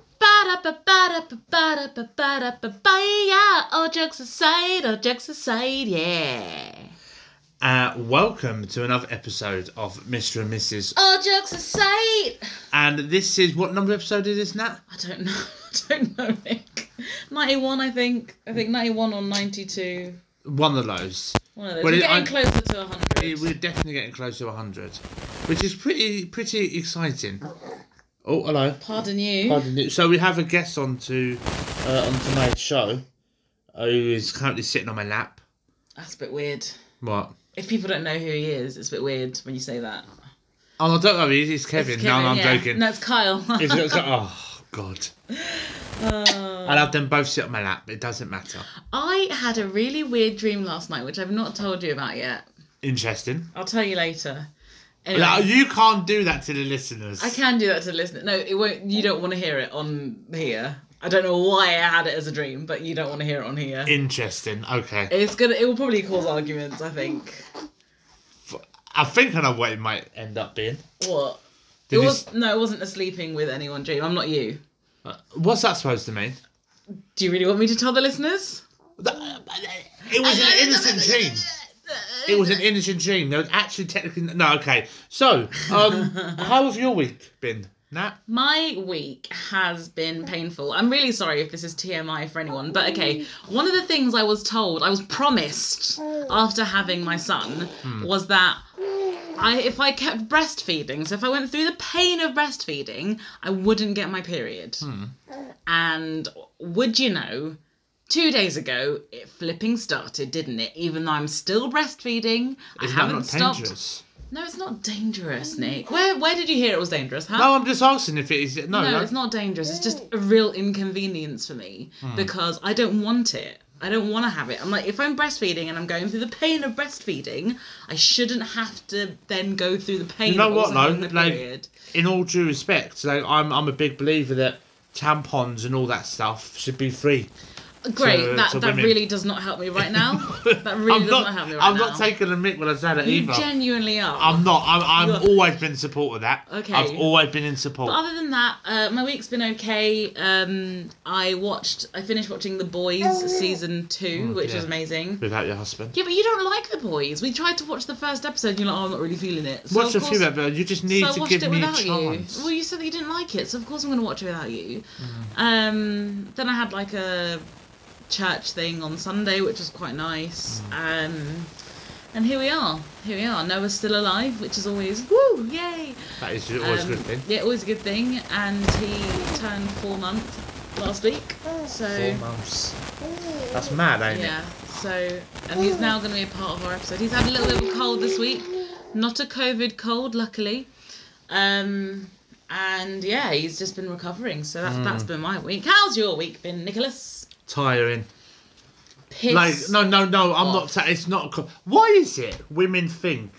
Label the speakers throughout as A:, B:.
A: ba ba da ba ba da ba ba da ba ba yeah. All jokes aside, all jokes aside, yeah.
B: Uh, welcome to another episode of Mr. and Mrs.
A: All jokes aside.
B: And this is what number episode is this, Nat?
A: I don't know. I don't know, Nick. 91, I think. I think 91 or 92.
B: One of those.
A: One of those.
B: Well,
A: We're
B: it-
A: getting
B: I-
A: closer to 100.
B: Eh, We're definitely getting close to 100, which is pretty pretty exciting. Oh, hello.
A: Pardon you.
B: Pardon you. So we have a guest on to uh, on tonight's show, uh, who is currently sitting on my lap.
A: That's a bit weird.
B: What?
A: If people don't know who he is, it's a bit weird when you say that.
B: Oh, no, don't worry. It's Kevin.
A: It's
B: no, no, I'm
A: yeah.
B: joking.
A: No, it's Kyle.
B: It's- it's- oh God.
A: Uh,
B: I'll have them both sit on my lap. It doesn't matter.
A: I had a really weird dream last night, which I've not told you about yet.
B: Interesting.
A: I'll tell you later. Anyway,
B: Now, you can't do that to the listeners.
A: I can do that to the listener. No, it won't. You don't want to hear it on here. I don't know why I had it as a dream, but you don't want to hear it on here.
B: Interesting. Okay.
A: It's gonna. It will probably cause arguments. I think.
B: I think I know what it might end up being.
A: What?
B: Did
A: it
B: you
A: was no. It wasn't a sleeping with anyone dream. I'm not you.
B: s- uh, What's that supposed to mean?
A: Do you really want me to tell the listeners?
B: It was an innocent dream. It was an innocent dream. There was actually technically no. Okay. So, um, how has your week been, Nat?
A: My week has been painful. I'm really sorry if this is TMI for anyone, but okay. One of the things I was told, I was promised after having my son,
B: Hmm.
A: was that I, if I kept breastfeeding, so if I went through the pain of breastfeeding, I wouldn't get my period.
B: Hmm.
A: And would you know, two days ago, it flipping started, didn't it? Even though I'm still breastfeeding, I
B: Is that
A: haven't
B: not
A: stopped.
B: dangerous?
A: No, it's not dangerous, Nick. Where where did you hear it was dangerous? Huh?
B: No, I'm just asking if it is. No,
A: No,
B: no.
A: it's not dangerous. It's just a real inconvenience for me
B: Hmm.
A: because I don't want it. I don't want to have it. I'm like, if I'm breastfeeding and I'm going through the pain of breastfeeding, I shouldn't have to then go through the pain.
B: You know
A: of
B: what,
A: also having
B: though?
A: the
B: Like-
A: period.
B: In all due respect, like I'm, I'm a big believer that tampons and all that stuff should be free.
A: Great.
B: to-
A: that
B: to
A: that
B: women.
A: really does not help me right now. that really
B: I'm
A: does
B: not.
A: not, help me right
B: I'm
A: now.
B: not taking a mick when I say that
A: You
B: either.
A: genuinely are.
B: I'm not. I'm. I've
A: You're-
B: always been in support of that.
A: Okay.
B: I've always been in support.
A: But other than that, uh, my week's been okay. Um, I watched. I finished watching The Boys season two, which
B: Oh, dear.
A: was amazing.
B: Without your husband.
A: Yeah, but you don't like the boys. We tried to watch the first episode, and you're like, oh, I'm not really feeling it. So
B: Watch
A: of
B: a
A: course,
B: few episodes. You just
A: so
B: need
A: I
B: to
A: watched
B: give
A: it
B: me a
A: without you.
B: chance. Mm-hmm.
A: Well, you said that you didn't like it, so of course I'm going to watch it without you. Um, then I had like a church thing on Sunday, which was quite nice.
B: Mm.
A: Um, and here we are. Here we are. Noah's still alive, which is always woo, yay.
B: That is always
A: Um,
B: a good thing.
A: Yeah, always a good thing. And he turned four months last week, so
B: Four months. That's mad, ain't
A: yeah, so and he's now going to be a part of our episode. He's had a little bit of a cold this week, not a COVID cold, luckily. Um, and yeah, he's just been recovering. So that's that's
B: Mm.
A: been my week. How's your week been, Nicholas?
B: it? Tiring.
A: Piss.
B: Like no, no, no. I'm not.
A: off.
B: Ta- it's not. A co- Why is it women think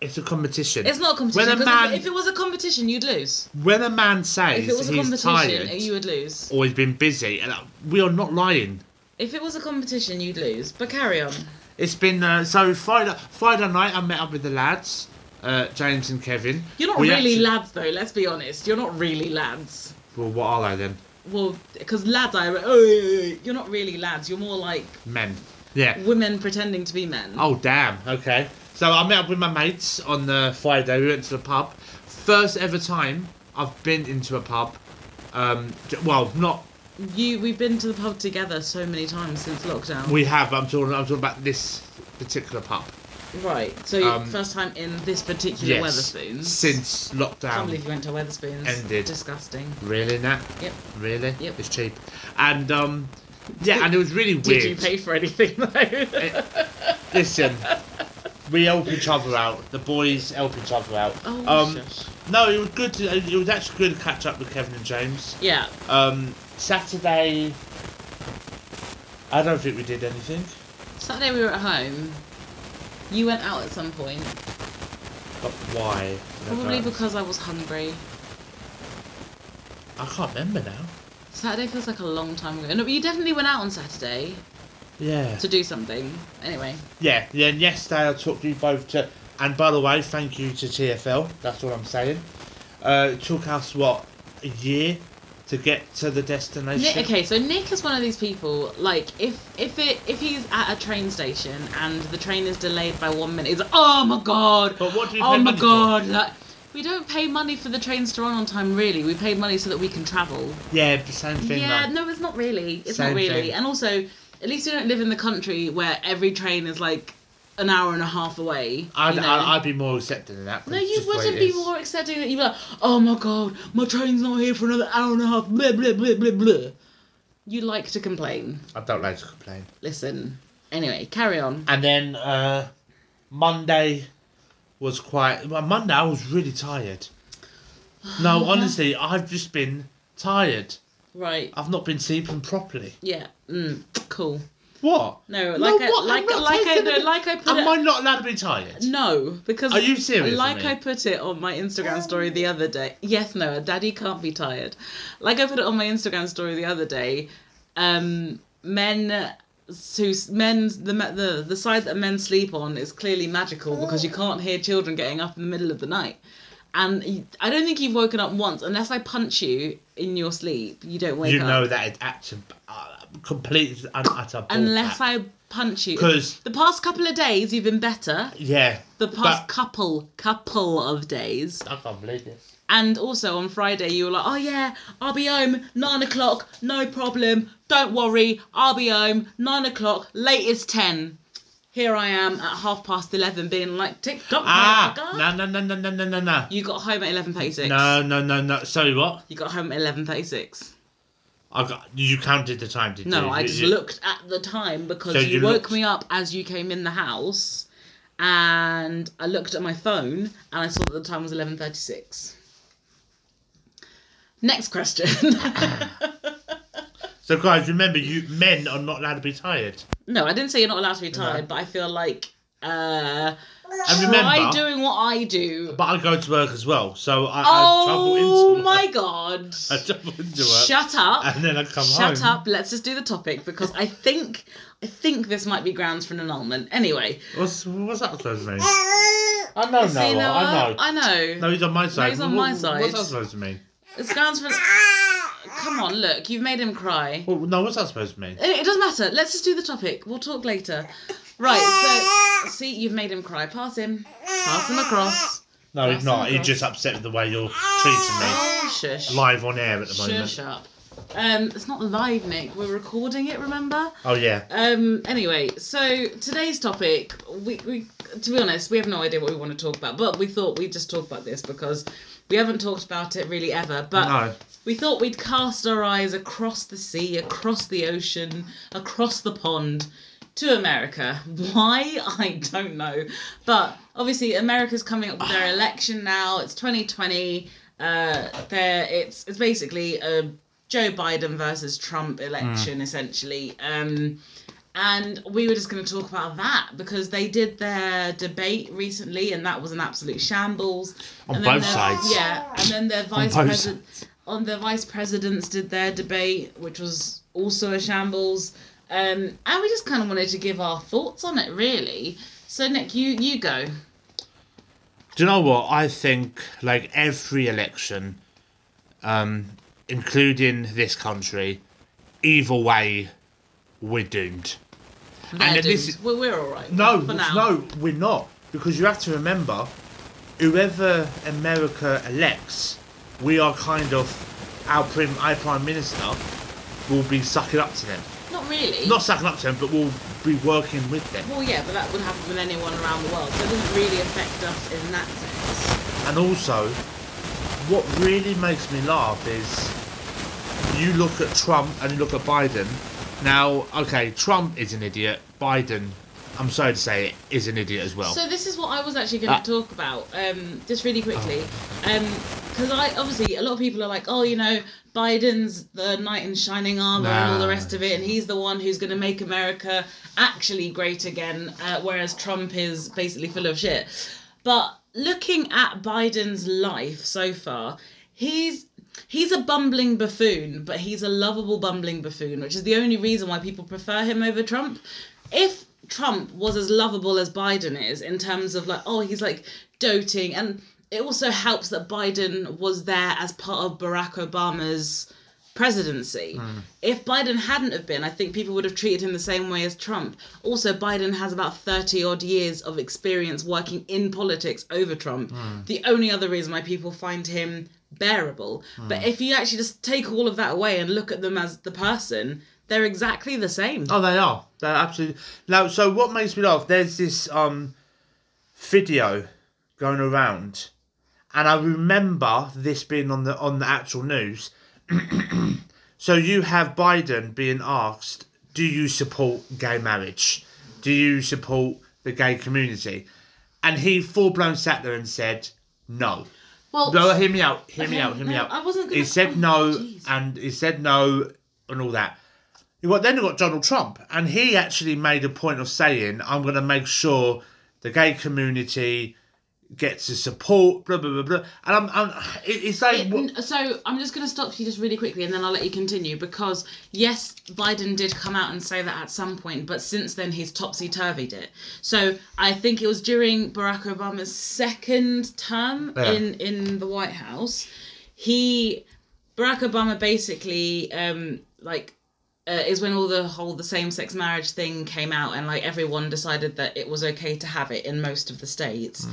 B: it's a competition?
A: It's not a competition.
B: When a
A: 'cause if-
B: man-
A: if, it was a competition, you'd lose.
B: When a man
A: If
B: says
A: it was a
B: he's
A: competition, eh,
B: tired
A: you would lose.
B: or he's been busy, and uh, we are not lying.
A: If it was a competition, you'd lose. But carry on.
B: It's been uh, so Friday. Friday night, I met up with the lads, uh, James and Kevin.
A: You're not
B: We
A: really
B: actu-
A: lads, though. Let's be honest. You're not really lads.
B: Well, what are they then?
A: Well, because lads, I oh, yeah, yeah, yeah. you're not really lads. You're more like
B: Men. Yeah.
A: women pretending to be men.
B: Oh damn. Okay. So I met up with my mates on the Friday. We went to the pub. First ever time I've been into a pub. Um, j- well, not
A: You, we've been to the pub together so many times since lockdown.
B: we have. I'm talking. I'm talking about this particular pub.
A: right. So your
B: Um,
A: first time in this particular
B: Yes.
A: Weatherspoons.
B: Since
A: Can't
B: lockdown.
A: believe you went to Weatherspoons.
B: ended.
A: Disgusting.
B: Really, Nat?
A: Yep.
B: Really?
A: Yep.
B: It's cheap. And um, yeah, and it was really weird. Eh,
A: Did you pay for anything though?
B: Listen, we help each other out. The boys help each other out.
A: oh
B: um,
A: shush.
B: no, it was good. To, it was actually good to catch up with Kevin and James.
A: Yeah.
B: Um, Saturday, I don't think we did anything.
A: Saturday we were at home. You went out at some point,
B: But why?
A: probably because I was hungry.
B: I can't remember now.
A: Saturday feels like a long time ago. No, but you definitely went out on Saturday
B: Yeah.
A: to do something. Anyway,
B: Yeah. Then yesterday I took you both to. And by the way, thank you to TFL. That's what I'm saying. Uh, it took us what a year to get to the destination.
A: Nick, okay, so Nick is one of these people. Like, if if it if he's at a train station and the train is delayed by one minute, he's like, oh my god,
B: But what do you
A: oh
B: pay
A: my
B: money for?
A: god. Like, we don't pay money for the trains to run on time, really. We pay money so that we can travel.
B: Yeah, the same thing.
A: yeah,
B: though.
A: no, it's not really. It's
B: Same
A: not really.
B: thing.
A: And also, at least you don't live in the country where every train is like an hour and a half away.
B: I'd,
A: you know?
B: I'd, I'd be more accepting of that.
A: No,
B: it's
A: you
B: just the way
A: wouldn't
B: it
A: be
B: is.
A: more accepting that you'd be like, oh my god, my train's not here for another hour and a half, blah, blah, blah, blah, blah. You like to complain.
B: I don't like to complain.
A: Listen. Anyway, carry on.
B: And then uh, Monday was quite. Well, Monday I was really tired. No, honestly, I've just been tired.
A: Right.
B: I've not been sleeping properly.
A: Yeah. Mm, cool.
B: What?
A: No,
B: No,
A: like I,
B: what? I'm
A: like
B: not
A: like I
B: taking
A: no,
B: it-
A: like I put
B: Am I
A: it,
B: not allowed to be tired?
A: No, because
B: Are you serious with
A: Like
B: me?
A: I put it on my Instagram story the other day. Yes, Noah, daddy can't be tired. Like I put it on my Instagram story the other day, um men who men the ma- the the side that men sleep on is clearly magical because you can't hear children getting up in the middle of the night. And you- I don't think you've woken up once unless I punch you in your sleep. You don't wake
B: You
A: up.
B: know that it's actually uh, complete and utter bull
A: unless
B: crap.
A: I punch you.
B: 'Cause-
A: the past couple of days you've been better.
B: Yeah.
A: The past
B: But-
A: couple couple of days.
B: I can't believe this.
A: And also on Friday, you were like, oh yeah, I'll be home, nine o'clock, no problem, don't worry, I'll be home, nine o'clock, latest 10. Here I am at half past 11, being like, tick tock,
B: Ah!
A: motherfucker."
B: No, no, no, no, no, no, no, no.
A: Oh You got home at 11.36.
B: No, no, no, no. Sorry, what?
A: You got home at 11.36.
B: I got, you counted the time, did you?
A: No, I
B: You-
A: just
B: you-
A: looked at the time because
B: So
A: you,
B: you
A: woke
B: looked-
A: me up as you came in the house, and I looked at my phone and I saw that the time was eleven thirty six. Next question.
B: So, guys, remember, you men are not allowed to be tired.
A: no, I didn't say you're not allowed to be tired,
B: No.
A: but I feel like uh,
B: And remember,
A: try doing what I do.
B: but I go to work as well, so I, I travel into
A: oh
B: work.
A: my god!
B: I travel into work,
A: Shut up!
B: and then I come home.
A: Shut up. Let's just do the topic because I think I think this might be grounds for an annulment. Anyway.
B: What's what's that supposed to mean? I know,
A: See,
B: Noah,
A: Noah,
B: I know.
A: I know.
B: No, he's on my side.
A: he's on
B: Wha-
A: my
B: wha-
A: side.
B: What's that supposed to mean?
A: It's grounds for. Come on, look, you've made him cry.
B: Well, no, what's that supposed to mean?
A: Anyway, It doesn't matter. Let's just do the topic. We'll talk later. Right. So, see, you've made him cry. Pass him. Pass him across.
B: No, he's
A: That's
B: not.
A: not
B: He's
A: right.
B: just upset with the way you're treating me.
A: Oh, shush.
B: Live on air at the moment.
A: Shush up. Um, it's not live, Nick. We're recording it. Remember.
B: Oh yeah.
A: Um. Anyway, so today's topic, we, we to be honest, we have no idea what we want to talk about, but we thought we'd just talk about this because we haven't talked about it really ever. But
B: No.
A: We thought we'd cast our eyes across the sea, across the ocean, across the pond to America. Why? I don't know. But obviously, America's coming up with their election now. It's 2020. Uh, there, it's it's basically a Joe Biden versus Trump
B: Hmm.
A: election, essentially. Um, and we were just going to talk about that because they did their debate recently, and that was an absolute shambles.
B: On
A: And then
B: both
A: their-
B: sides.
A: Yeah, and then their vice
B: both
A: president on the vice presidents did their debate, which was also a shambles. Um, and we just kind of wanted to give our thoughts on it, really. So Nick, you you go.
B: Do you know what? I think like every election, um, including this country, either way, we're doomed.
A: They're
B: then this
A: doomed.
B: is-
A: we're, we're all right.
B: No,
A: for
B: w-
A: now.
B: no, we're not. Because you have to remember, whoever America elects, we are kind of our prim, our prime minister will be sucking up to them.
A: not really.
B: Not sucking up to them, but will be working with them.
A: Well, yeah, but that would happen with anyone around the world. So it doesn't really affect us in that sense.
B: And also, what really makes me laugh is you look at Trump and you look at Biden. Now, okay, Trump is an idiot. Biden, I'm sorry to say it, is an idiot as well.
A: So this is what I was actually going to
B: Ah.
A: talk about, um, just really quickly, because I obviously a lot of people are like, oh, you know, Biden's the knight in shining armor and all the
B: Nah.
A: rest of it, and he's the one who's going to make America actually great again, uh, whereas Trump is basically full of shit. But looking at Biden's life so far, he's he's a bumbling buffoon, but he's a lovable bumbling buffoon, which is the only reason why people prefer him over Trump. If Trump was as lovable as Biden is in terms of like, oh, he's like doting, and it also helps that Biden was there as part of Barack Obama's presidency. If Biden hadn't have been, I think people would have treated him the same way as Trump. Also, Biden has about 30 odd years of experience working in politics over Trump. The only other reason why people find him bearable. But if you actually just take all of that away and look at them as the person, they're exactly the same.
B: Oh, they are. They're absolutely. Now, so what makes me laugh? There's this um video going around, and I remember this being on the on the actual news. so you have Biden being asked, "Do you support gay marriage? Do you support the gay community?" And he full blown sat there and said, "No."
A: Well,
B: No, hear me out. Hear me
A: Okay,
B: out. Hear me
A: no,
B: out.
A: I wasn't
B: He
A: gonna-
B: said
A: oh,
B: no,
A: jeez.
B: and he said no, and all that. You got then you got Donald Trump, and he actually made a point of saying, "I'm going to make sure the gay community gets the support." Blah blah blah blah. And I'm, I'm it, it's like
A: It-
B: what-
A: n- so I'm just going to stop you just really quickly, and then I'll let you continue because yes, Biden did come out and say that at some point, but since then he's topsy turvied it. So I think it was during Barack Obama's second term
B: Yeah.
A: in in the White House, he Barack Obama basically um like uh, is when all the whole the same sex marriage thing came out and like everyone decided that it was okay to have it in most of the states.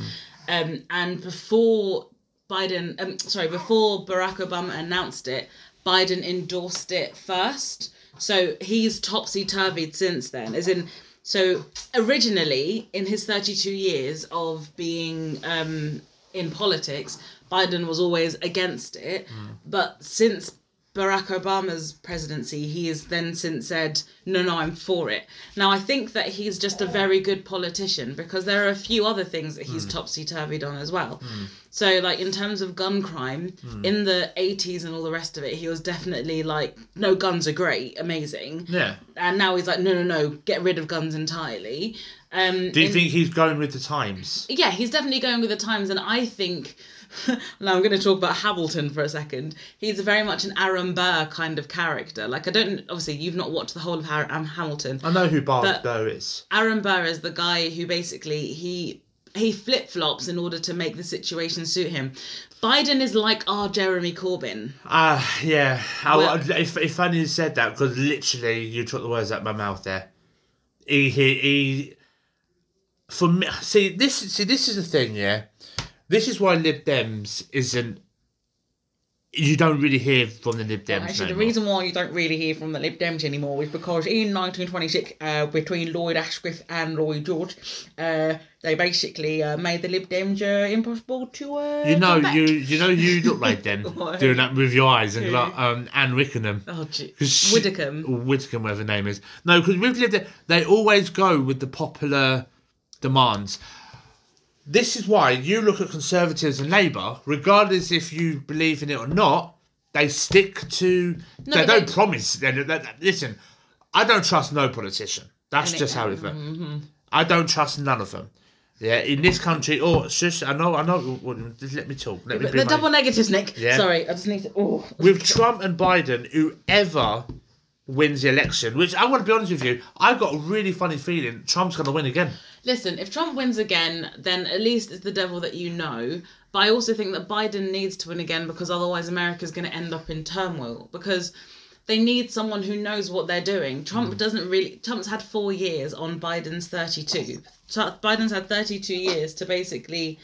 A: Um, and before Biden, um, sorry, before Barack Obama announced it, Biden endorsed it first. So he's topsy turvied since then. As in, so originally in his 32 years of being um, in politics, Biden was always against it.
B: Mm.
A: But since Barack Obama's presidency, he has then since said, no, no, I'm for it. Now, I think that he's just a very good politician because there are a few other things that
B: Mm.
A: he's topsy turvied on as well. So, like, in terms of gun crime,
B: Mm.
A: in the 80s and all the rest of it, he was definitely like, no, guns are great, amazing.
B: yeah.
A: And now he's like, no, no, no, get rid of guns entirely. Um,
B: Do you
A: in-
B: think he's going with the times?
A: yeah, he's definitely going with the times, and I think. now I'm going to talk about Hamilton for a second. He's very much an Aaron Burr kind of character. Like I don't, obviously, you've not watched the whole of Har- um, Hamilton.
B: I know who Bar
A: But-
B: Though is.
A: Aaron Burr is the guy who basically he he flip flops in order to make the situation suit him. Biden is like our Jeremy Corbyn.
B: Ah, yeah. I,
A: Well-
B: if if only you said that because literally you took the words out of my mouth there. He he he. For me, see this see this is the thing, yeah. This is why Lib Dems isn't. You don't really hear from the Lib Dems.
A: Actually, the
B: no more.
A: reason why you don't really hear from the Lib Dems anymore is because in 1926, uh, between Lloyd Ashcroft and Lloyd George, uh, they basically uh, made the Lib Dems uh, impossible to. Uh,
B: you know
A: come back.
B: you you know you look like them
A: Why?
B: doing that with your eyes and
A: Who?
B: like, um Anne Wickenham.
A: Oh, gee.
B: 'Cause she-
A: Widdicombe.
B: Widdicombe, whatever her name is. No, because we've lived there. They always go with the popular demands. This is why you look at Conservatives and Labour, regardless if you believe in it or not, they stick to.
A: No,
B: they
A: but
B: don't
A: they-
B: promise. They, they- they- listen, I don't trust no politician. That's
A: And it- Mm-hmm.
B: just how it works. I don't trust none of them. Yeah, in this country, oh, shush, I know, I know. what- what- Just let me talk. Let me
A: But
B: be
A: the
B: my-
A: double negatives, Nick.
B: Yeah.
A: Sorry, I just need to. Oh.
B: with Trump and Biden, whoever wins the election, which I want to be honest with you, I've got a really funny feeling Trump's going to win again.
A: Listen, if Trump wins again, then at least it's the devil that you know. But I also think that Biden needs to win again because otherwise America's going to end up in turmoil because they need someone who knows what they're doing. Trump doesn't really. Trump's had four years on Biden's 32. So Biden's had 32 years to basically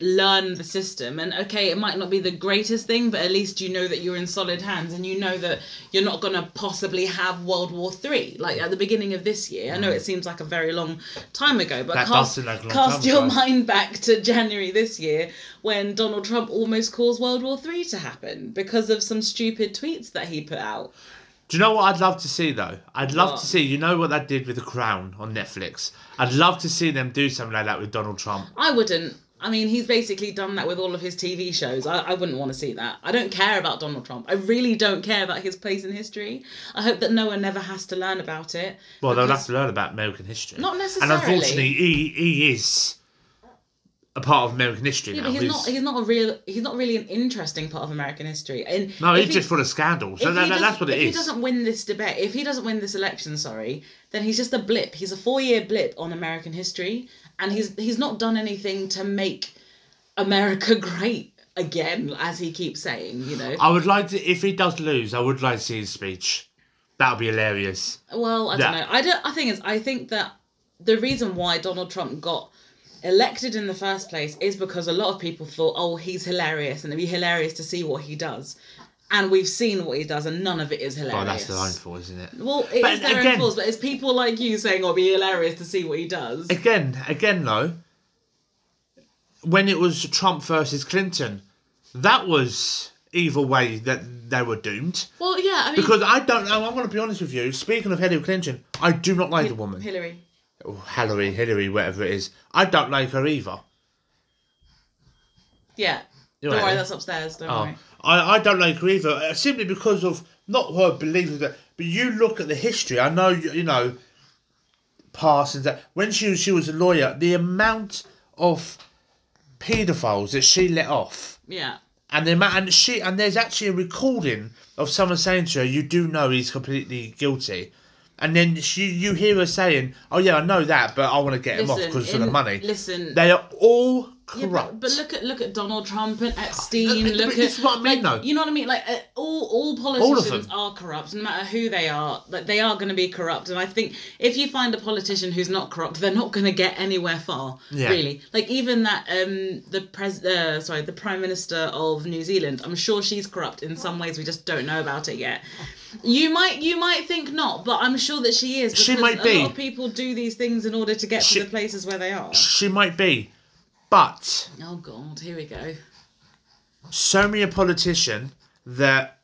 A: learn the system and okay it might not be the greatest thing but at least you know that you're in solid hands and you know that you're not going to possibly have world war three like at the beginning of this year i know it seems like a very long time ago but
B: Mm. That does
A: cast,
B: seem like a long
A: cast
B: time
A: your
B: ago.
A: mind back to january this year when donald trump almost caused world war three to happen because of some stupid tweets that he put out
B: Do you know what I'd love to see though? I'd love
A: What?
B: to see. You know what that did with The Crown on Netflix. I'd love to see them do something like that with Donald Trump.
A: i wouldn't I mean, he's basically done that with all of his TV shows. I, I wouldn't want to see that. I don't care about Donald Trump. I really don't care about his place in history. I hope that no one ever has to learn about it.
B: Well, they'll
A: because-
B: have to learn about American history.
A: Not
B: And unfortunately,
A: necessarily.
B: he he is a part of American history
A: Yeah,
B: now.
A: but he's not. He's not a real. He's not really an interesting part of American history. And
B: no,
A: if
B: he's
A: he-
B: just full of scandals. So
A: if
B: that,
A: he
B: that- that's
A: doesn't-
B: what it
A: if
B: is.
A: he doesn't win this debate, if he doesn't win this election, sorry, then he's just a blip. He's a four-year blip on American history, and he's he's not done anything to make America great. again, as he keeps saying, you know.
B: I would like to, if he does lose, I would like to see his speech. That would be hilarious.
A: Well, I don't
B: Yeah.
A: know. I don't. I think is I think that the reason why Donald Trump got elected in the first place is because a lot of people thought, oh, he's hilarious, and it'd be hilarious to see what he does. And we've seen what he does, and none of it is hilarious.
B: Oh, that's the line for, isn't it?
A: Well, it is
B: But
A: their
B: again-
A: own fault, but it's people like you saying, "Oh, it'd be hilarious to see what he does."
B: Again, again though, when it was Trump versus Clinton, that was either way that they were doomed.
A: Well, yeah, I mean,
B: Because I don't know, I'm going to be honest with you. Speaking of Hillary Clinton, I do not like the woman.
A: Hillary.
B: Oh, Hillary, Hillary, whatever it is. I don't like her either.
A: Yeah,
B: You
A: don't
B: know?
A: worry, that's upstairs. Don't
B: Oh,
A: worry.
B: I, I don't like her either, uh, simply because of not her belief, in that- but you look at the history. I know, you, you know, Parsons, that when she, was- she was a lawyer, the amount of paedophiles that she let off.
A: Yeah,
B: And, the, amount- and she and there's actually a recording of someone saying to her, "You do know he's completely guilty," and then she you hear her saying, "Oh yeah, I know that, but I want to get him off because of the
A: in-
B: money."
A: Listen,
B: They are all
A: Yeah, but,
B: corrupt.
A: but look at look at Donald Trump and Epstein.
B: Uh, uh,
A: look
B: but
A: at
B: this is what I mean,
A: like,
B: though.
A: You know what I mean? Like uh, all all
B: of
A: politicians
B: them.
A: are corrupt, no matter who they are. Like they are going to be corrupt, and I think if you find a politician who's not corrupt, they're not going to get anywhere far.
B: Yeah.
A: Really, like even that um the pres uh, sorry the prime minister of New Zealand. I'm sure she's corrupt in some ways. We just don't know about it yet. You might you might think not, but I'm sure that she is.
B: She
A: because
B: might
A: a
B: be.
A: lot of people do these things in order to get
B: She-
A: to the places where they are.
B: she might be, but
A: Oh God, here we go.
B: so many a politician that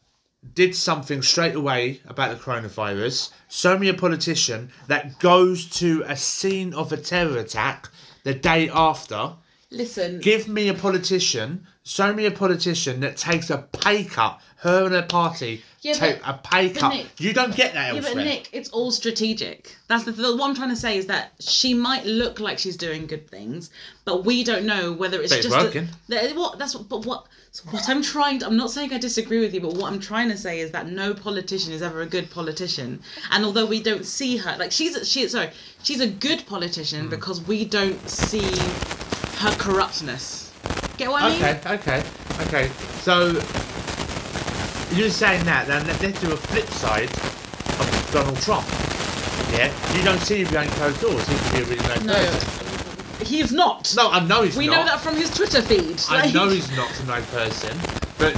B: did something straight away about the coronavirus, so many a politician that goes to a scene of a terror attack the day after.
A: Listen,
B: Give me a politician, so many a politician that takes a pay cut. Her and her party
A: Yeah,
B: take
A: but-
B: a pay
A: but
B: cut.
A: Nick-
B: you don't get that
A: Yeah,
B: elsewhere.
A: but Nick, it's all strategic. That's the, the what I'm trying to say is that she might look like she's doing good things, but we don't know whether it's
B: But it's
A: just a-
B: working.
A: that- what that's what. But what so what I'm trying. To, I'm not saying I disagree with you, but what I'm trying to say is that no politician is ever a good politician. And although we don't see her, like she's a- she sorry, she's a good
B: Hmm.
A: politician because we don't see her corruptness. Get what I mean?
B: Okay, okay, okay. So you're saying that, then let- let's do a flip side of Donald Trump. Yeah, you don't see him behind closed doors. He could be a really nice
A: No,
B: person.
A: he is not.
B: No, I know he's
A: we
B: not.
A: know that from his Twitter feed.
B: I
A: like-
B: know he's not a nice person, but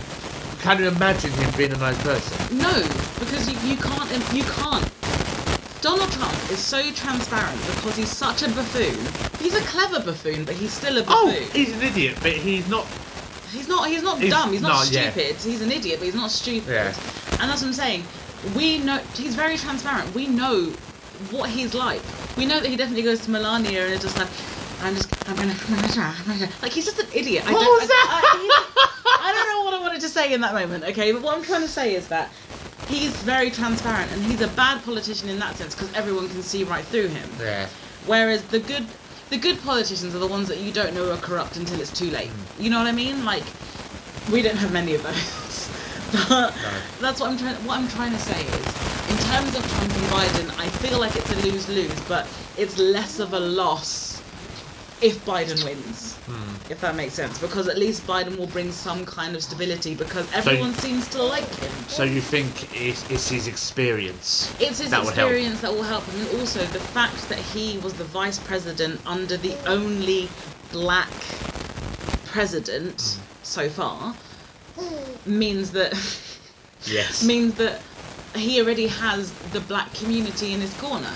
B: can you imagine him being a nice person?
A: No, because you, you can't. You can't. Donald Trump is so transparent because he's such a buffoon. He's a clever buffoon, but he's still a
B: Oh,
A: buffoon.
B: he's an idiot, but he's not.
A: he's not. He's not
B: he's
A: dumb. He's not
B: not, yeah.
A: stupid. He's an idiot, but he's not stupid.
B: Yeah.
A: And that's what I'm saying. We know he's very transparent. We know what he's like. We know that he definitely goes to Melania and is just like, I'm just, I'm gonna, I'm gonna, try, I'm gonna. try." Like he's just an idiot. I
B: What
A: don't,
B: was
A: I-
B: that?
A: I- he's- I don't know what I wanted to say in that moment. Okay, but what I'm trying to say is that he's very transparent and he's a bad politician in that sense because everyone can see right through him.
B: Yeah.
A: Whereas the good, the good politicians are the ones that you don't know are corrupt until it's too late. You know what I mean? Like, we don't have many of those. but that's what I'm trying. What I'm trying to say is, in terms of Trump and Biden, I feel like it's a lose-lose, but it's less of a loss if Biden wins. If that makes sense, because at least Biden will bring some kind of stability because everyone seems to like him.
B: So you think it's, it's his experience?
A: It's his
B: That would help.
A: experience that will help, and also the fact that he was the vice president under the only black president
B: Mm.
A: so far means that
B: Yes.
A: means that he already has the black community in his corner.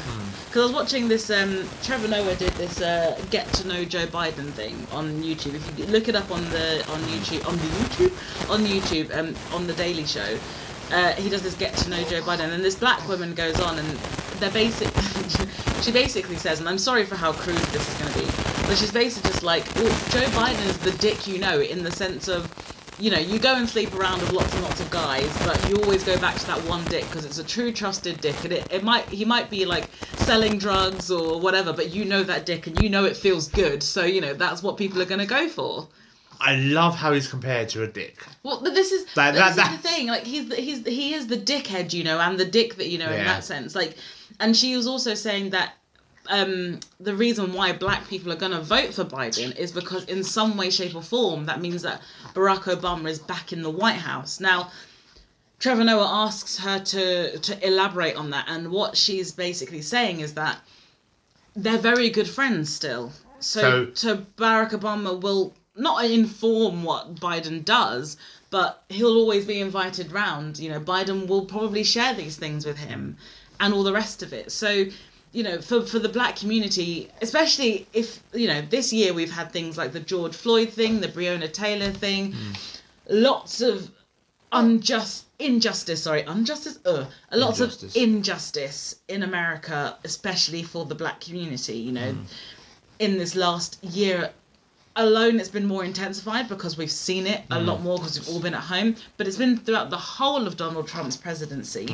A: Because I was watching this, um, Trevor Noah did this uh, get to know Joe Biden thing on YouTube. If you look it up on the on YouTube on the YouTube on YouTube um, on the Daily Show, uh, he does this get to know Joe Biden, and this black woman goes on and they're basic. she basically says, and I'm sorry for how crude this is going to be, but she's basically just like, oh, Joe Biden is the dick you know in the sense of you know, you go and sleep around with lots and lots of guys, but you always go back to that one dick because it's a true trusted dick, and it, it might he might be like selling drugs or whatever, but you know that dick and you know it feels good, so you know that's what people are gonna go for.
B: I love how he's compared to a dick.
A: Well, but this is
B: That-
A: this
B: that-
A: is the thing. Like he's the, he's the- he is the dickhead, you know, and the dick that you know in
B: Yeah.
A: that sense. Like, and she was also saying that um, the reason why black people are going to vote for Biden is because, in some way, shape, or form, that means that Barack Obama is back in the White House. Now, Trevor Noah asks her to, to elaborate on that, and what she's basically saying is that they're very good friends still. So, so Barack Obama will not inform what Biden does, but he'll always be invited round. You know, Biden will probably share these things with him and all the rest of it. So, you know, for, for the black community, especially if, you know, this year we've had things like the George Floyd thing, the Breonna Taylor thing, lots of unjust injustice sorry injustice uh, lots
B: Injustice.
A: of injustice in america especially for the black community you know in this last year alone it's been more intensified because we've seen it a lot more because we've all been at home but it's been throughout the whole of donald trump's presidency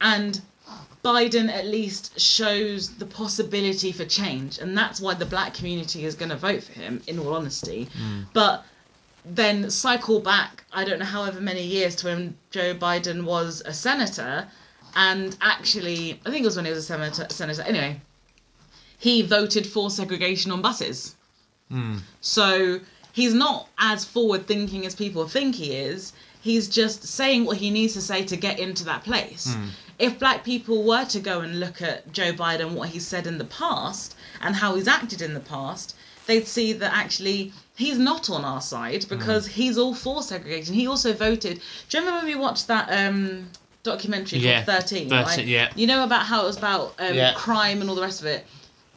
A: and biden at least shows the possibility for change and that's why the black community is going to vote for him in all honesty but then cycle back i don't know however many years to when joe biden was a senator and actually i think it was when he was a senator, senator anyway he voted for segregation on buses
B: Hmm.
A: so he's not as forward thinking as people think he is. He's just saying what he needs to say to get into that place.
B: Hmm.
A: If black people were to go and look at Joe Biden, what he said in the past and how he's acted in the past, they'd see that actually he's not on our side
B: Hmm.
A: because he's all for segregation. He also voted. Do you remember when we watched that um, documentary
B: Yeah,
A: called 13?
B: 13,
A: right?
B: yeah.
A: You know about how it was about um,
B: Yeah.
A: crime and all the rest of it.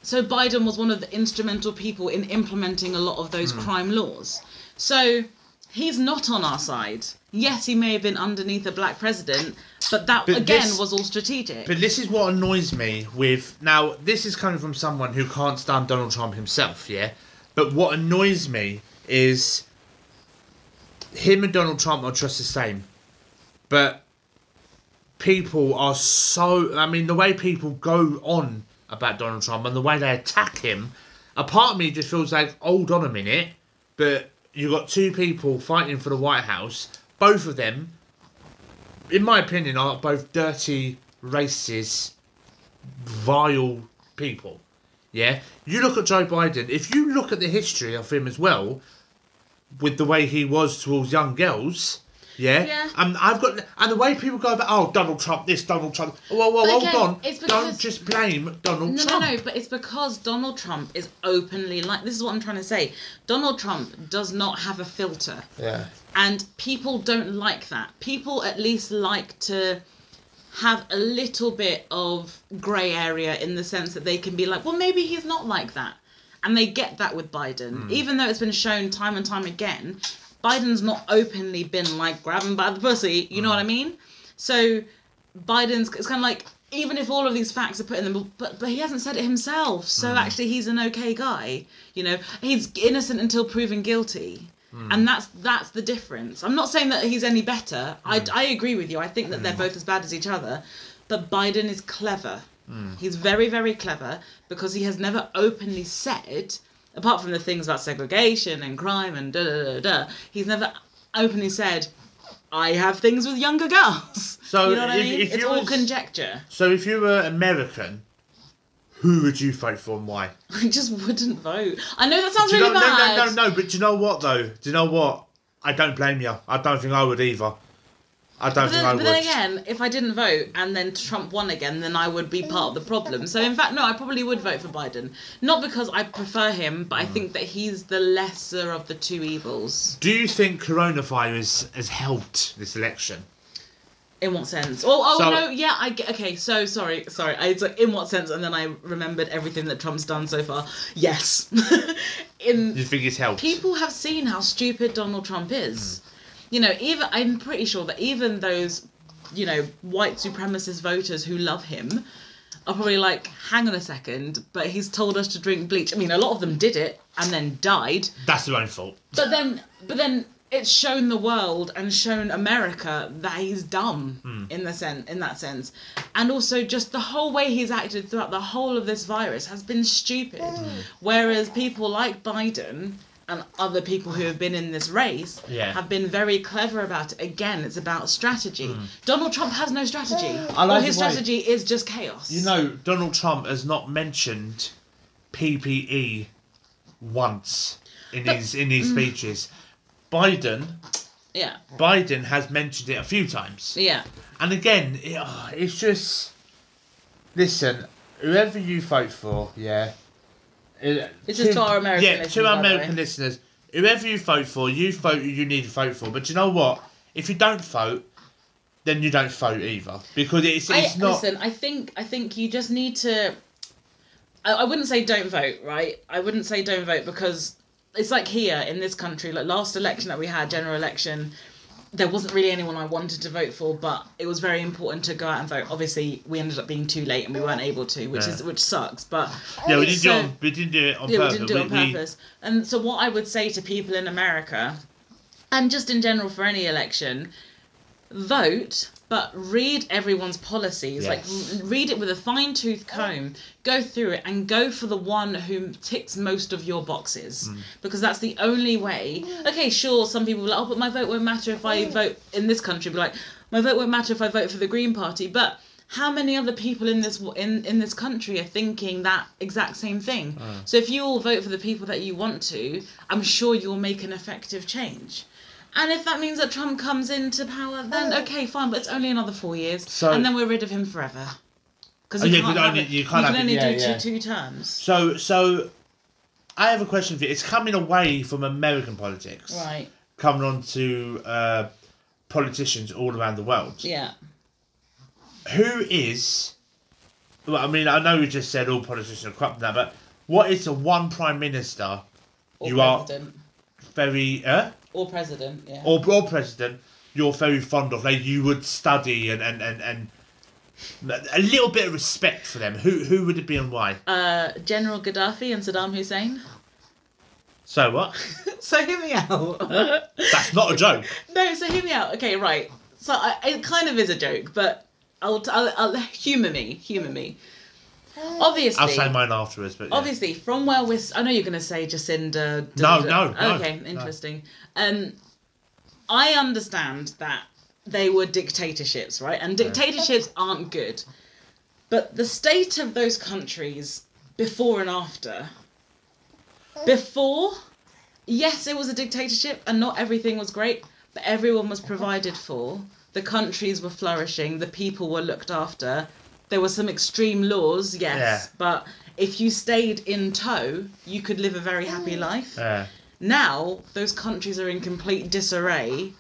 A: So Biden was one of the instrumental people in implementing a lot of those crime laws. So he's not on our side. Yes, he may have been underneath a black president, but that
B: But
A: again
B: this-
A: was all strategic.
B: But this is what annoys me with now. This is coming from someone who can't stand Donald Trump himself, yeah. But what annoys me is him and Donald Trump are just the same, but people are so. I mean, the way people go on about Donald Trump and the way they attack him, a part of me just feels like, hold on a minute, but you got two people fighting for the White House, both of them in my opinion, are both dirty, racist, vile people. Yeah? You look at Joe Biden, if you look at the history of him as well, with the way he was towards young girls. Yeah,
A: Yeah.
B: and I've got and the way people go about oh Donald Trump this Donald Trump well well
A: But
B: hold
A: again,
B: on
A: it's
B: don't
A: because-
B: just blame Donald
A: no,
B: Trump
A: no, no, but it's because Donald Trump is openly like this is what I'm trying to say. Donald Trump does not have a filter.
B: yeah
A: and people don't like that. People at least like to have a little bit of grey area in the sense that they can be like, well, maybe he's not like that. And they get that with Biden, even though it's been shown time and time again. Biden's not openly been like grabbing by the pussy, you know what I mean? So Biden's it's kind of like even if all of these facts are put in them, but but he hasn't said it himself. So actually, he's an okay guy. You know, he's innocent until proven guilty, and that's that's the difference. I'm not saying that he's any better. I I agree with you. I think that they're both as bad as each other, but Biden is clever. He's very very clever because he has never openly said, apart from the things about segregation and crime and da da da da. He's never openly said. I have things with younger girls.
B: So
A: you know what I
B: if-
A: mean?
B: if
A: it's
B: you
A: all
B: was-
A: conjecture.
B: so if you were American who would you vote for and why
A: I just wouldn't vote. I know that sounds
B: Do you
A: really
B: know-
A: bad.
B: No, no, no, no. But do you know what though? Do you know what? I don't blame you. I don't think I would either. I don't
A: But
B: think
A: then,
B: I
A: but
B: would.
A: then again, if I didn't vote and then Trump won again, then I would be part of the problem. So in fact, no, I probably would vote for Biden. Not because I prefer him, but I think that he's the lesser of the two evils.
B: Do you think coronavirus has helped this election?
A: In what sense? Oh, oh
B: So-
A: no, yeah, I get. Okay, so sorry, sorry. I, it's like, in what sense? And then I remembered everything that Trump's done so far. Yes, in
B: Do you think it's helped?
A: people have seen how stupid Donald Trump is. You know, even I'm pretty sure that even those, you know, white supremacist voters who love him are probably like, hang on a second, but he's told us to drink bleach. I mean, a lot of them did it and then died.
B: That's their own fault.
A: But then, but then it's shown the world and shown America that he's dumb
C: Hmm.
A: in the sen- in that sense, and also just the whole way he's acted
C: Hmm.
A: throughout the whole of this virus has been stupid. Whereas people like Biden and other people who have been in this race
C: Yeah.
A: have been very clever about it. Again, it's about strategy. Donald Trump has no strategy.
C: Hmm. I like
A: All his
C: the way-
A: strategy is just chaos.
B: You know, Donald Trump has not mentioned PPE once in his in
A: mm.
B: his speeches. Biden
A: yeah,
B: Biden has mentioned it a few times.
A: yeah.
B: And again, it, oh, it's just listen, whoever you vote for, yeah. It,
A: This is to our American
B: yeah,
A: listeners,
B: to our
A: by the
B: American
A: way.
B: listeners. Whoever you vote for, you vote who you need to vote for. But you know what? If you don't vote, then you don't vote either because it's
A: I,
B: it's not.
A: Listen, I think I think you just need to. I, I wouldn't say don't vote, right? I wouldn't say don't vote because it's like here in this country, like last election that we had, general election. There wasn't really anyone I wanted to vote for, but it was very important to go out and vote. Obviously, we ended up being too late and we weren't able to, which
B: Yeah.
A: is which sucks. But
B: yeah, we didn't do it.
A: so-
B: On, we didn't do it on
A: yeah, we
B: purpose.
A: didn't do it on purpose. And so, what I would say to people in America, and just in general for any election, vote, but read everyone's policies.
C: Yes.
A: Like, r- read it with a fine tooth comb, go through it, and go for the one who ticks most of your boxes. Because that's the only way. Okay, sure, some people will, like, oh, but my vote won't matter if I vote in this country. Be like, my vote won't matter if I vote for the Green Party. But how many other people in this in in this country are thinking that exact same thing? So if you all vote for the people that you want to, I'm sure you'll make an effective change. And if that means that Trump comes into power, then okay, fine, but it's only another four years,
B: Oh. So-
A: and then we're rid of him forever. Because
B: Oh,
A: you,
B: yeah,
A: can't
B: we
A: have
B: only-
A: it-
B: you
A: you can
B: can't have it-
A: only
C: yeah,
A: do
C: yeah.
A: two two terms.
B: So so, I have a question for you. It's coming away from American politics,
A: Right.
B: coming on to uh, politicians all around the world.
A: Yeah.
B: Who is? Well, I mean, I know we just said all politicians are corrupt now, but what is the one prime minister
A: Or
B: You
A: president.
B: very uh,
A: Or president. Yeah.
B: or or president you're very fond of? Like you would study and and and and a little bit of respect for them. Who who would it be and why?
A: uh, General Gaddafi and Saddam Hussein.
B: So what?
A: So hear me out.
B: That's not a joke.
A: No, so hear me out. Okay, right. So I, it kind of is a joke, but I'll, t- I'll, I'll humor me, humor me. Obviously,
B: I'll say mine afterwards, but yeah.
A: obviously, from where we're, s- I know you're gonna say Jacinda.
B: No,
A: da- da-
B: no, no,
A: Okay,
B: no.
A: interesting. Um, I understand that they were dictatorships, right? And dictatorships aren't good, but the state of those countries before and after, before yes, it was a dictatorship and not everything was great, but everyone was provided for. The countries were flourishing, the people were looked after. There were some extreme laws, yes,
B: Yeah.
A: but if you stayed in tow, you could live a very happy life.
B: Yeah.
A: Now, those countries are in complete disarray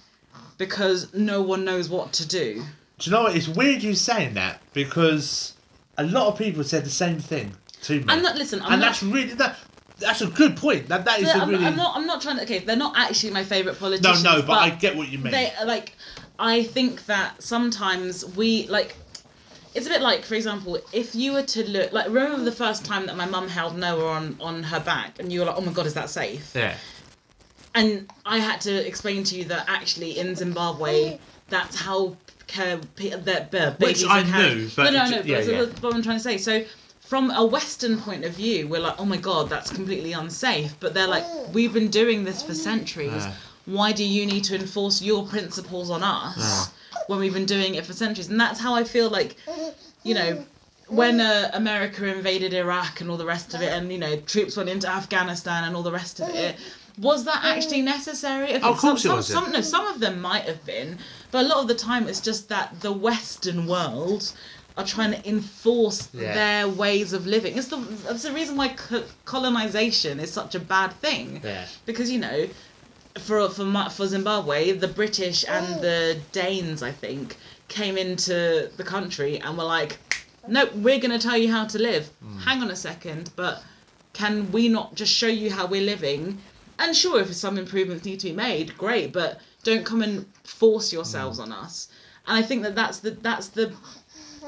A: because no one knows what to do.
B: Do you know what? It's weird you saying that because a lot of people said the same thing to me.
A: I'm not, listen, I'm
B: and
A: not.
B: that's really that. That's a good point. That that is a
A: I'm,
B: really
A: I'm not. I'm not trying to. Okay, they're not actually my favorite
B: no
A: politicians.
B: no. But, I get what you mean.
A: they like i think that sometimes we like it's a bit like for example if you were to look like remember the first time that my mum held noah on on her back and you were like oh my god is that safe
B: yeah.
A: and i had to explain to you that actually in zimbabwe that's how care, pe- that uh, babies
B: I
A: are carried.
B: knew, but
A: no
B: it
A: no no
B: ju- yeah,
A: but
B: yeah.
A: that's what i'm trying to say so from a western point of view we're like oh my god that's completely unsafe but they're like we've been doing this for centuries
B: Yeah.
A: why do you need to enforce your principles on us when we've been doing it for centuries and that's how i feel like you know when uh, america invaded iraq and all the rest of it and you know troops went into afghanistan and all the rest of it was that actually necessary Okay,
B: Of course
A: some,
B: it wasn't.
A: some, some no some of them might have been but a lot of the time it's just that the western world are trying to enforce
B: Yeah.
A: their ways of living. It's the that's the reason why co- colonization is such a bad thing
B: Yeah.
A: because you know for for Ma- for Zimbabwe the British and the Danes I think came into the country and were like nope we're going to tell you how to live hang on a second but can we not just show you how we're living and sure if some improvements need to be made great but don't come and force yourselves on us and I think that that's the that's the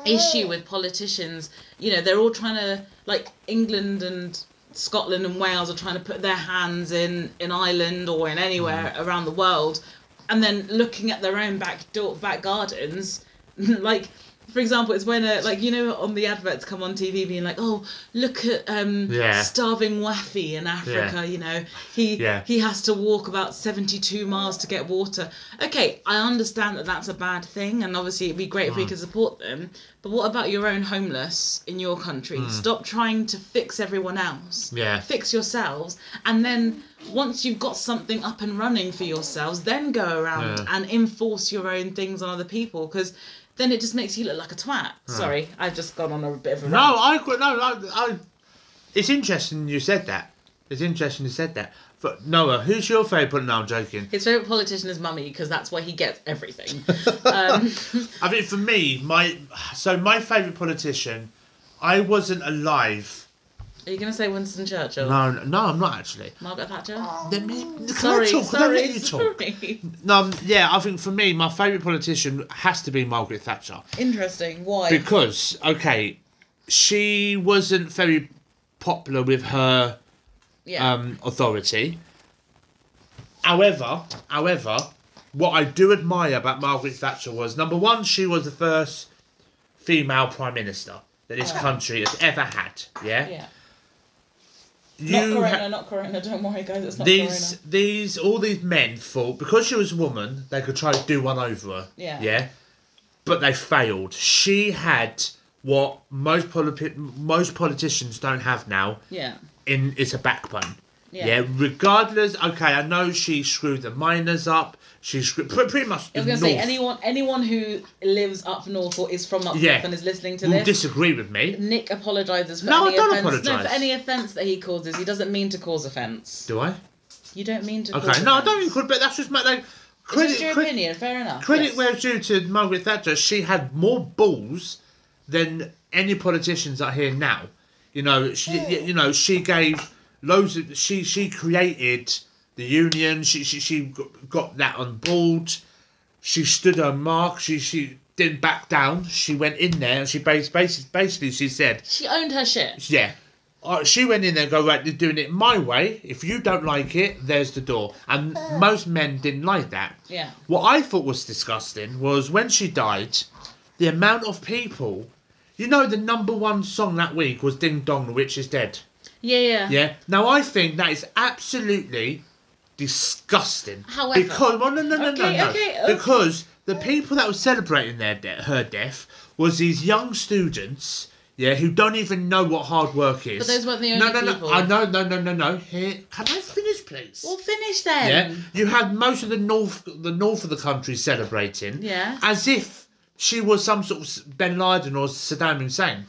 A: issue with politicians. You know, they're all trying to like England and Scotland and Wales are trying to put their hands in in Ireland or in anywhere around the world, and then looking at their own back door back gardens. like for example, it's when uh, like you know on the adverts come on TV being like, oh look at um
B: Yeah.
A: starving Wafi in Africa, you know he
B: Yeah.
A: he has to walk about seventy two miles to get water. Okay, I understand that that's a bad thing, and obviously it'd be great
B: Mm.
A: if we could support them. But what about your own homeless in your country? Stop trying to fix everyone else.
B: Mm. Yeah.
A: Fix yourselves, and then once you've got something up and running for yourselves, then go around
B: Yeah.
A: and enforce your own things on other people because then it just makes you look like a twat. Sorry, I've just gone on a bit of a
B: No,
A: rant.
B: I agree- no, I, I. It's interesting you said that. It's interesting you said that. But Noah, who's your favourite? No, I'm joking.
A: His favorite politician is Mummy because that's where he gets everything. um,
B: I mean, for me, my so my favourite politician, I wasn't alive.
A: are you gonna say Winston Churchill?
B: No, no, no, I'm not actually.
A: Margaret Thatcher.
B: Let me, can
A: sorry,
B: I talk? Can I
A: sorry,
B: let you talk?
A: sorry.
B: Um, yeah, I think for me, my favourite politician has to be Margaret Thatcher.
A: Interesting. Why?
B: Because, okay, she wasn't very popular with her
A: yeah.
B: um, authority. However, however, what I do admire about Margaret Thatcher was number one, she was the first female prime minister that this
A: Yeah.
B: country has ever had. Yeah,
A: Oh. yeah.
B: you
A: Not
B: ha-
A: Corona. not Corona. Don't worry, guys. It's not
B: these
A: Corona.
B: these all these men thought because she was a woman they could try to do one over her.
A: Yeah.
B: Yeah. But they failed. She had what most politi- most politicians don't have now
A: Yeah.
B: in it's a backbone.
A: Yeah.
B: Yeah. Regardless, okay, I know she screwed the miners up. She screwed pre- pretty much.
A: I
B: the
A: was gonna say
B: North
A: anyone anyone who lives up north or is from up
B: Yeah.
A: north and is listening to
B: will
A: this.
B: disagree with me.
A: Nick apologizes for
B: No, I
A: any
B: don't
A: offense. No, for
B: apologise.
A: any offense that he causes, he doesn't mean to cause offense.
B: Do I?
A: You don't mean to. cause
B: Okay, no, I
A: offence.
B: don't include. But that's just my like
A: It's
B: credit.
A: just your
B: cre-
A: opinion. Fair enough.
B: credit
A: yes.
B: where it's due to Margaret Thatcher. She had more balls than any politicians that are here now. You know, she. You know, she gave loads of. She she created the union. She she she got- got that on board. she stood her mark. She she didn't back down. She went in there and she basically basically she said,
A: she owned her shit.
B: yeah. Uh, she went in there and go right. They're doing it my way. If you don't like it, there's the door. And most men didn't like that.
A: Yeah.
B: What I thought was disgusting was when she died, the amount of people. You know, the number one song that week was "Ding Dong, the Witch is Dead."
A: Yeah, yeah.
B: Yeah. Now I think that is absolutely disgusting.
A: However-
B: because well, no, no, no,
A: Okay,
B: no, no.
A: okay, okay.
B: Because the people that were celebrating their de- her death was these young students. Yeah, who don't even know what hard work is.
A: But those weren't the
B: No,
A: only
B: no, no.
A: people.
B: I know, no, no, no, no. Here, can I finish, please?
A: Well, finish then.
B: Yeah, you had most of the north, the north of the country celebrating.
A: Yeah.
B: as if she was some sort of Ben Laden or Saddam Hussein.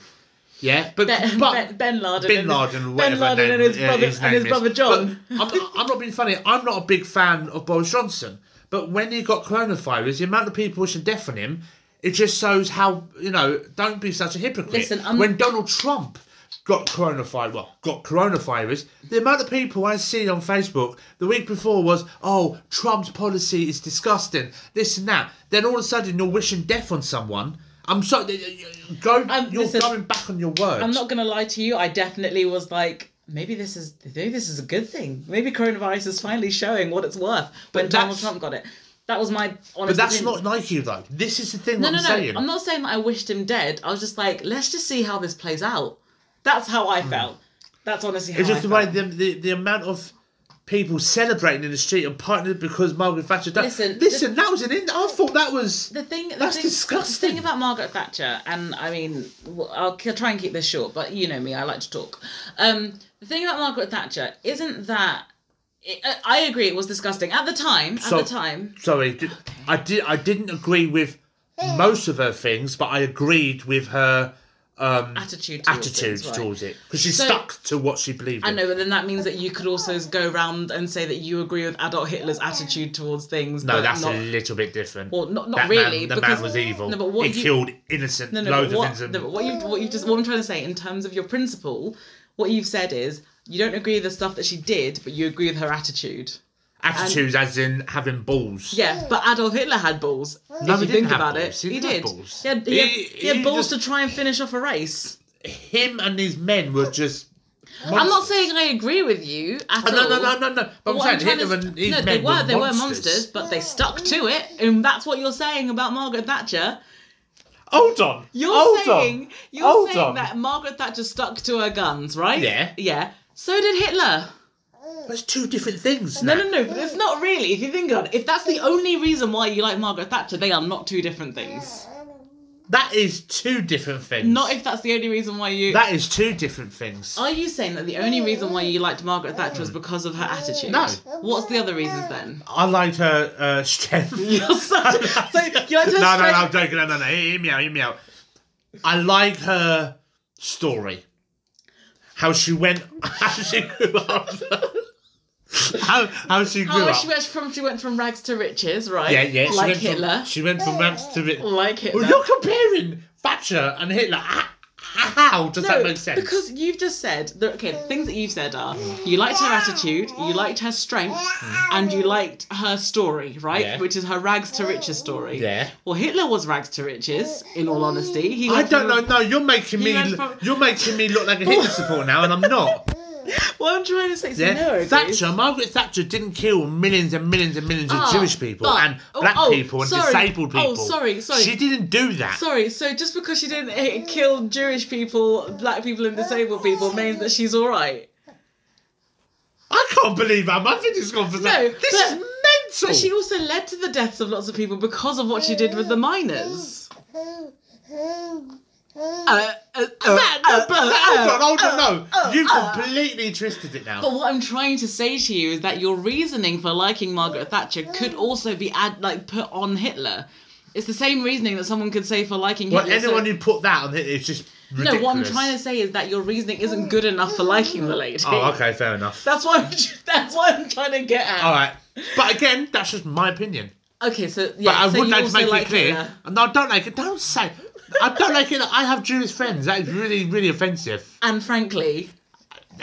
B: Yeah, but
A: Ben,
B: but
A: ben, ben Laden.
B: Bin
A: and
B: Laden,
A: his,
B: or
A: Ben
B: whatever
A: Laden
B: name,
A: and his
B: yeah,
A: brother and
B: name
A: his
B: is.
A: brother John.
B: But I'm, I'm not being funny. I'm not a big fan of Boris Johnson, but when he got coronavirus, the amount of people wishing death on him, it just shows how you know. Don't be such a hypocrite.
A: Listen, I'm-
B: when Donald Trump got coronavirus, well, got coronavirus, the amount of people I see on Facebook the week before was, oh, Trump's policy is disgusting, this and that. Then all of a sudden you're wishing death on someone. I'm sorry, go.
A: Um,
B: you're
A: listen,
B: going back on your word.
A: I'm not gonna lie to you. I definitely was like, maybe this is maybe this is a good thing. Maybe coronavirus is finally showing what it's worth. When
B: But
A: Donald
B: that's-
A: Trump got it, that was my honest.
B: But that's
A: opinion.
B: not like you though. This is the thing
A: No,
B: that
A: no,
B: I'm
A: no.
B: saying.
A: I'm not saying that I wished him dead. I was just like, let's just see how this plays out. That's how I felt. That's honestly how
B: Hmm. it's just
A: I
B: the way
A: felt.
B: the, the the amount of people celebrating in the street and partying because Margaret Thatcher died.
A: Listen,
B: listen, that was an. In- I thought that was.
A: the thing the
B: That's
A: thing,
B: disgusting.
A: The thing about Margaret Thatcher, and I mean, w- I'll k- try and keep this short, but you know me, I like to talk. Um, the thing about Margaret Thatcher isn't that. It, I- I agree, it was disgusting at the time. At
B: So-
A: the time,
B: Sorry, di- I did. I didn't agree with most of her things, but I agreed with her um,
A: attitude. Towards
B: attitude
A: things, right.
B: towards it because she
A: So-
B: stuck to what she believed
A: I
B: in.
A: know, but then that means that you could also go round and say that you agree with adult Hitler's attitude towards things.
B: No,
A: but
B: that's
A: not,
B: a little bit different.
A: Well, not, not
B: that
A: really.
B: man, the
A: because,
B: man was evil.
A: No, but what
B: he
A: you,
B: killed innocent
A: no, no,
B: loads
A: but what,
B: of innocent.
A: no, but what you what you just what I'm trying to say in terms of your principle, what you've said is you don't agree with the stuff that she did, but you agree with her attitude.
B: attitudes, as in having balls.
A: Yeah, but Adolf Hitler had balls.
B: No,
A: if
B: he
A: you
B: didn't
A: think
B: have
A: about
B: balls.
A: it,
B: He
A: he
B: didn't
A: did.
B: have balls.
A: He had, he had,
B: He-
A: he had
B: he
A: balls
B: just-
A: to try and finish off a race.
B: him and these men were just.
A: I'm not saying I agree with you at
B: Oh, No,
A: all.
B: no, no, no, no. But
A: What
B: I'm
A: I'm
B: saying Hitler
A: trying to-
B: and these
A: no,
B: men
A: they were,
B: were
A: they
B: monsters.
A: were monsters, but they stuck to it, and that's what you're saying about Margaret Thatcher.
B: Hold on.
A: You're
B: Hold
A: saying
B: on.
A: you're
B: Hold
A: saying
B: on.
A: that Margaret Thatcher stuck to her guns, right?
B: Yeah.
A: Yeah. So did Hitler.
B: That's two different things.
A: No,
B: now.
A: no, no. But it's not really. If you think about it, if that's the only reason why you like Margaret Thatcher, they are not two different things.
B: That is two different things.
A: Not if that's the only reason why you.
B: That is two different things.
A: Are you saying that the only reason why you liked Margaret Thatcher was because of her attitude?
B: No.
A: What's the other reasons then?
B: I liked her uh, strength.
A: You're such. so you liked her
B: no, no, no, I'm
A: strength-
B: joking. No, no, no. Hear me out. Hear me out. I like her story. How she went. How she grew up. how, how she grew
A: Oh,
B: up.
A: she went from she went from rags to riches, right?
B: yeah, yeah. She
A: Like
B: went
A: Hitler.
B: From, she went from rags to rich.
A: Like Hitler.
B: Well, you're comparing Thatcher and Hitler. H- How does that make sense?
A: Because you've just said that okay, the things that you've said are you liked her attitude, you liked her strength, and you liked her story, right?
B: Yeah.
A: Which is her rags to riches story.
B: yeah.
A: Well, Hitler was rags to riches, in all honesty. He
B: I
A: went
B: don't know.
A: from-
B: No, you're making me.
A: You went
B: l-
A: from-
B: You're making me look like a Hitler supporter now, and I'm not.
A: What I'm trying to say, so
B: Yeah.
A: no, okay.
B: Thatcher, Margaret Thatcher didn't kill millions and millions and millions of
A: Ah,
B: Jewish people
A: but-
B: and
A: oh,
B: black
A: oh,
B: people and
A: sorry.
B: disabled
A: Oh,
B: people.
A: sorry, sorry.
B: She didn't do that.
A: Sorry, so just because she didn't eh, kill Jewish people, black people, and disabled people means that she's all right.
B: I can't believe how much it has gone for
A: No,
B: that. This
A: but-
B: is mental.
A: But she also led to the deaths of lots of people because of what she did with the miners. Uh, uh, uh,
B: That- no,
A: uh,
B: but-
A: uh,
B: hold on,
A: uh,
B: hold on, no.
A: uh,
B: You've
A: uh.
B: completely twisted it now.
A: But what I'm trying to say to you is that your reasoning for liking Margaret Thatcher could also be ad- like put on Hitler. It's the same reasoning that someone could say for liking
B: Well,
A: Hitler. so-
B: anyone who put that on it is just
A: no,
B: ridiculous.
A: what I'm trying to say is that your reasoning isn't good enough for liking the lady.
B: Oh, okay, fair enough.
A: That's what I'm, that's what I'm trying to get at.
B: All right. But again, that's just my opinion.
A: Okay, so yeah,
B: But I
A: so
B: would
A: you
B: like to
A: also
B: make
A: like
B: it clear.
A: Hitler.
B: No, I don't like it. Don't say. I don't like it. I have Jewish friends. That is really, really offensive.
A: And frankly,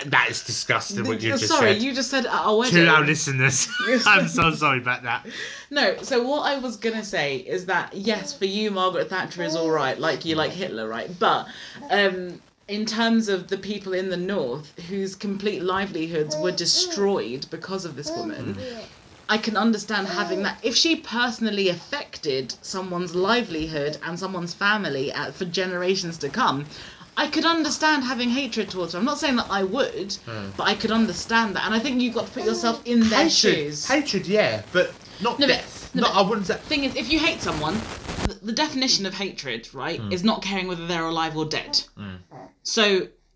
B: That is disgusting. What you just
A: sorry,
B: said.
A: you just said at our wedding.
B: to our listeners. I'm so sorry about that.
A: No, so what I was gonna say is that yes, for you, Margaret Thatcher is all right, like you like Hitler, right? But um, in terms of the people in the north whose complete livelihoods were destroyed because of this woman, I can understand having that. If she personally affected someone's livelihood and someone's family at, for generations to come. I could understand having hatred towards her. I'm not saying that I would,
B: Hmm.
A: but I could understand that. And I think you've got to put yourself in their
B: Hatred,
A: shoes
B: hatred, yeah, but not
A: No, but-
B: death.
A: no,
B: not, I wouldn't say.
A: thing is, if you hate someone, th- the definition of hatred, right,
B: Hmm.
A: is not caring whether they're alive or dead. So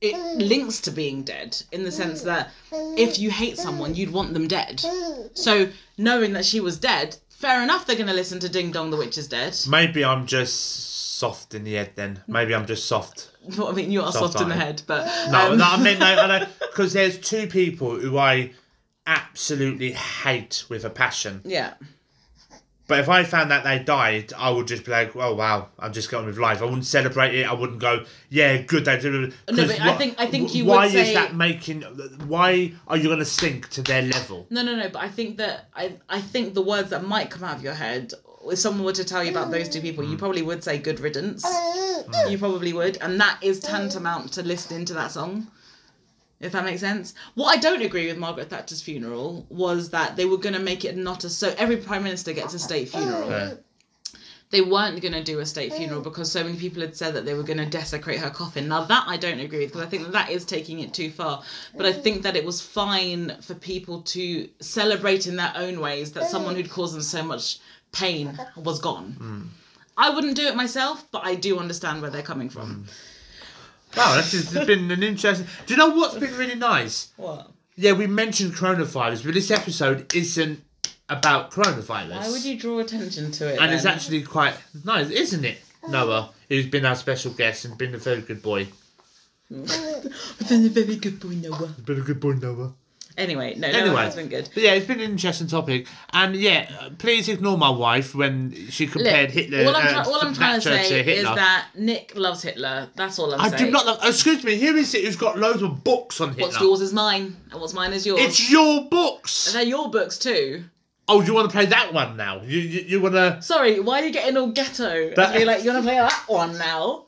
A: it links to being dead in the sense that if you hate someone, you'd want them dead. So knowing that she was dead, fair enough, they're going to listen to Ding Dong the Witch is Dead.
B: Maybe I'm just soft in the head. Then maybe I'm just soft.
A: Well, I mean, you are soft in the head, but.
B: Soft-hearted. No,
A: um,
B: no, I mean no, because there's two people who I absolutely hate with a passion.
A: Yeah.
B: But if I found that they died, I would just be like, "Oh wow, I'm just going with life." I wouldn't celebrate it. I wouldn't go, "Yeah, good." They did. it."
A: No,
B: 'Cause
A: but I
B: wh-
A: think- I think you would
B: Why is
A: say-
B: that making? Why are you going to sink to their level?
A: No, no, no. But I think that I, I think the words that might come out of your head, if someone were to tell you about those two people,
B: Hmm.
A: you probably would say "good riddance." You probably would, and that is tantamount to listening to that song. If that makes sense. What I don't agree with Margaret Thatcher's funeral was that they were going to make it not a so every prime minister gets a state funeral.
B: Yeah.
A: They weren't going to do a state funeral because so many people had said that they were going to desecrate her coffin. Now that I don't agree with because I think that, that is taking it too far. But I think that it was fine for people to celebrate in their own ways that someone who'd caused them so much pain was gone. I wouldn't do it myself, but I do understand where they're coming from.
B: Wow, this has been an interesting. Do you know what's been really nice?
A: What?
B: Yeah, we mentioned coronavirus, but this episode isn't about coronavirus.
A: Why would you draw attention to it?
B: And it's
A: then?
B: actually quite nice, isn't it, Noah? Who's been our special guest and been a very good boy.
A: I've been a very good boy, Noah.
B: Been a good boy, Noah.
A: Anyway, no, anyway.
B: Anyway.
A: has been good.
B: But yeah, it's been an interesting topic, and yeah, uh, please ignore my wife when she compared
A: Look,
B: Hitler.
A: all I'm,
B: uh,
A: try- all I'm trying to
B: Thatcher
A: say is
B: Hitler.
A: that Nick loves Hitler. That's all I'm
B: I
A: saying.
B: do not. Love, excuse me. Here is it. Who's got loads of books on Hitler?
A: What's yours is mine, and what's mine is yours.
B: It's your books.
A: They're your books too.
B: Oh, you want to play that one now? You you, you want to?
A: Sorry, why are you getting all ghetto?
B: But-
A: and be like, you want to play that one now?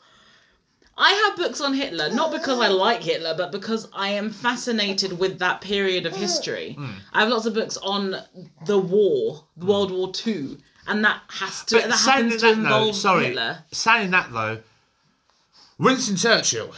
A: I have books on Hitler, not because I like Hitler, but because I am fascinated with that
B: Hmm.
A: period of history. I have lots of books on the war, World War II, and that has to that happens to involve Hitler.
B: saying that though, Winston Churchill,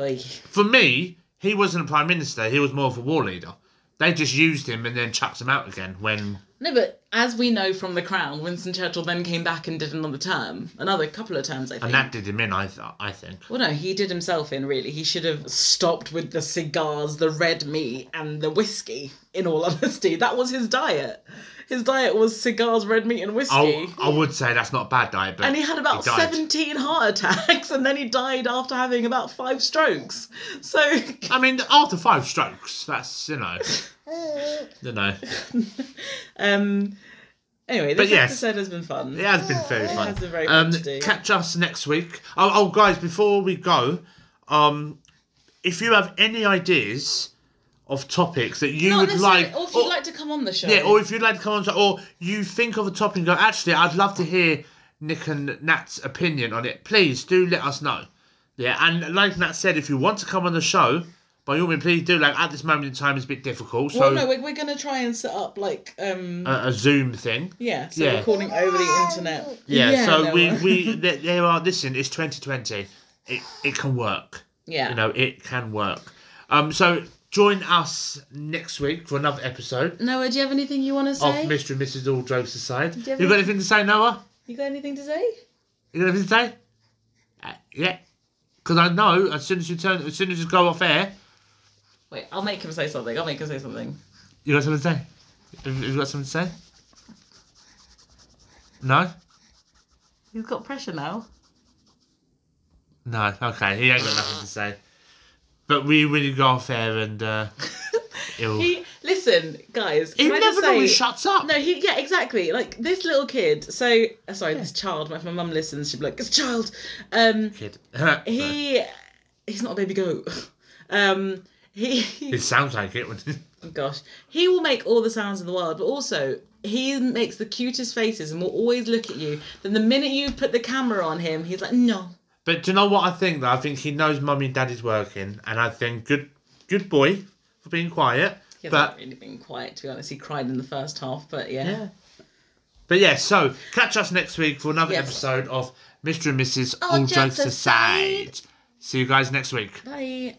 A: Oy.
B: for me, he wasn't a prime minister. He was more of a war leader. They just used him and then chucked him out again when
A: No, but as we know from The Crown, Winston Churchill then came back and did another term, another couple of terms, I think.
B: and that did him in. I th- I think.
A: Well, no, he did himself in, really. He should have stopped with the cigars, the red meat, and the whiskey, in all honesty. That was his diet. His diet was cigars, red meat, and whiskey.
B: I, I would say that's not a bad diet, but
A: and he had about
B: Oh, died.
A: 17 heart attacks, and then he died after having about five strokes. So,
B: I mean, after five strokes, that's you know,
A: Oh.
B: you know,
A: um, anyway,
B: But
A: this
B: yes.
A: episode has been fun.
B: it has been very fun.
A: has been very
B: um,
A: fun to do.
B: catch us next week. Oh, oh, guys, before we go, um, if you have any ideas of topics that you
A: Not
B: would
A: necessarily-
B: like,
A: or if you'd like to come on the show.
B: yeah, or if you'd like to come on, to, or you think of a topic and go, actually, I'd love to hear Nick and Nat's opinion on it. Please do let us know. Yeah, and like Nat said, if you want to come on the show, by all means, please do. Like at this moment in time, it's a bit difficult, so
A: well, no, we're, we're going to try and set up, like, um,
B: a, a Zoom thing.
A: yeah, so
B: yeah.
A: we're calling over the internet.
B: Yeah, so
A: no,
B: we
A: uh,
B: we there, there are. Listen, it's 2020. It it can work.
A: Yeah.
B: You know, it can work. Um, so join us next week for another episode
A: Noah, do you have anything you want to say?
B: of Mr. and Mrs. All Jokes Aside.
A: you have
B: you got
A: any-
B: anything to say, Noah?
A: you got anything to say?
B: You got anything to say? Uh, yeah. Because I know as soon as you turn, as soon as you go off air,
A: Wait, I'll make him say something. I'll make him say something.
B: you got something to say. Have you got something to say? No.
A: He's got pressure now.
B: No, okay, he ain't got nothing to say. But we really go off air and uh, it'll...
A: He listen, guys.
B: He
A: can I just
B: never normally
A: say-
B: shuts up.
A: No, he yeah, exactly. Like this little kid. So uh, sorry, this child. If my mum listens, she'll be like, "This child." Um,
B: Kid.
A: he he's not a baby goat. Um, he oh
B: It sounds like it. wouldn't it?
A: gosh, he will make all the sounds in the world, but also he makes the cutest faces and will always look at you. Then the minute you put the camera on him, he's like, "No."
B: But do you know what I think? Though I think he knows mummy and daddy's working, and I think good, good boy for being quiet.
A: He hasn't
B: but
A: really been quiet, to be honest. He cried in the first half, but yeah.
B: yeah. But yeah, so catch us next week for another
A: Yes.
B: episode of Mr. and Mrs.
A: All
B: All,
A: Jokes
B: Jokes Aside. See you guys next week.
A: Bye.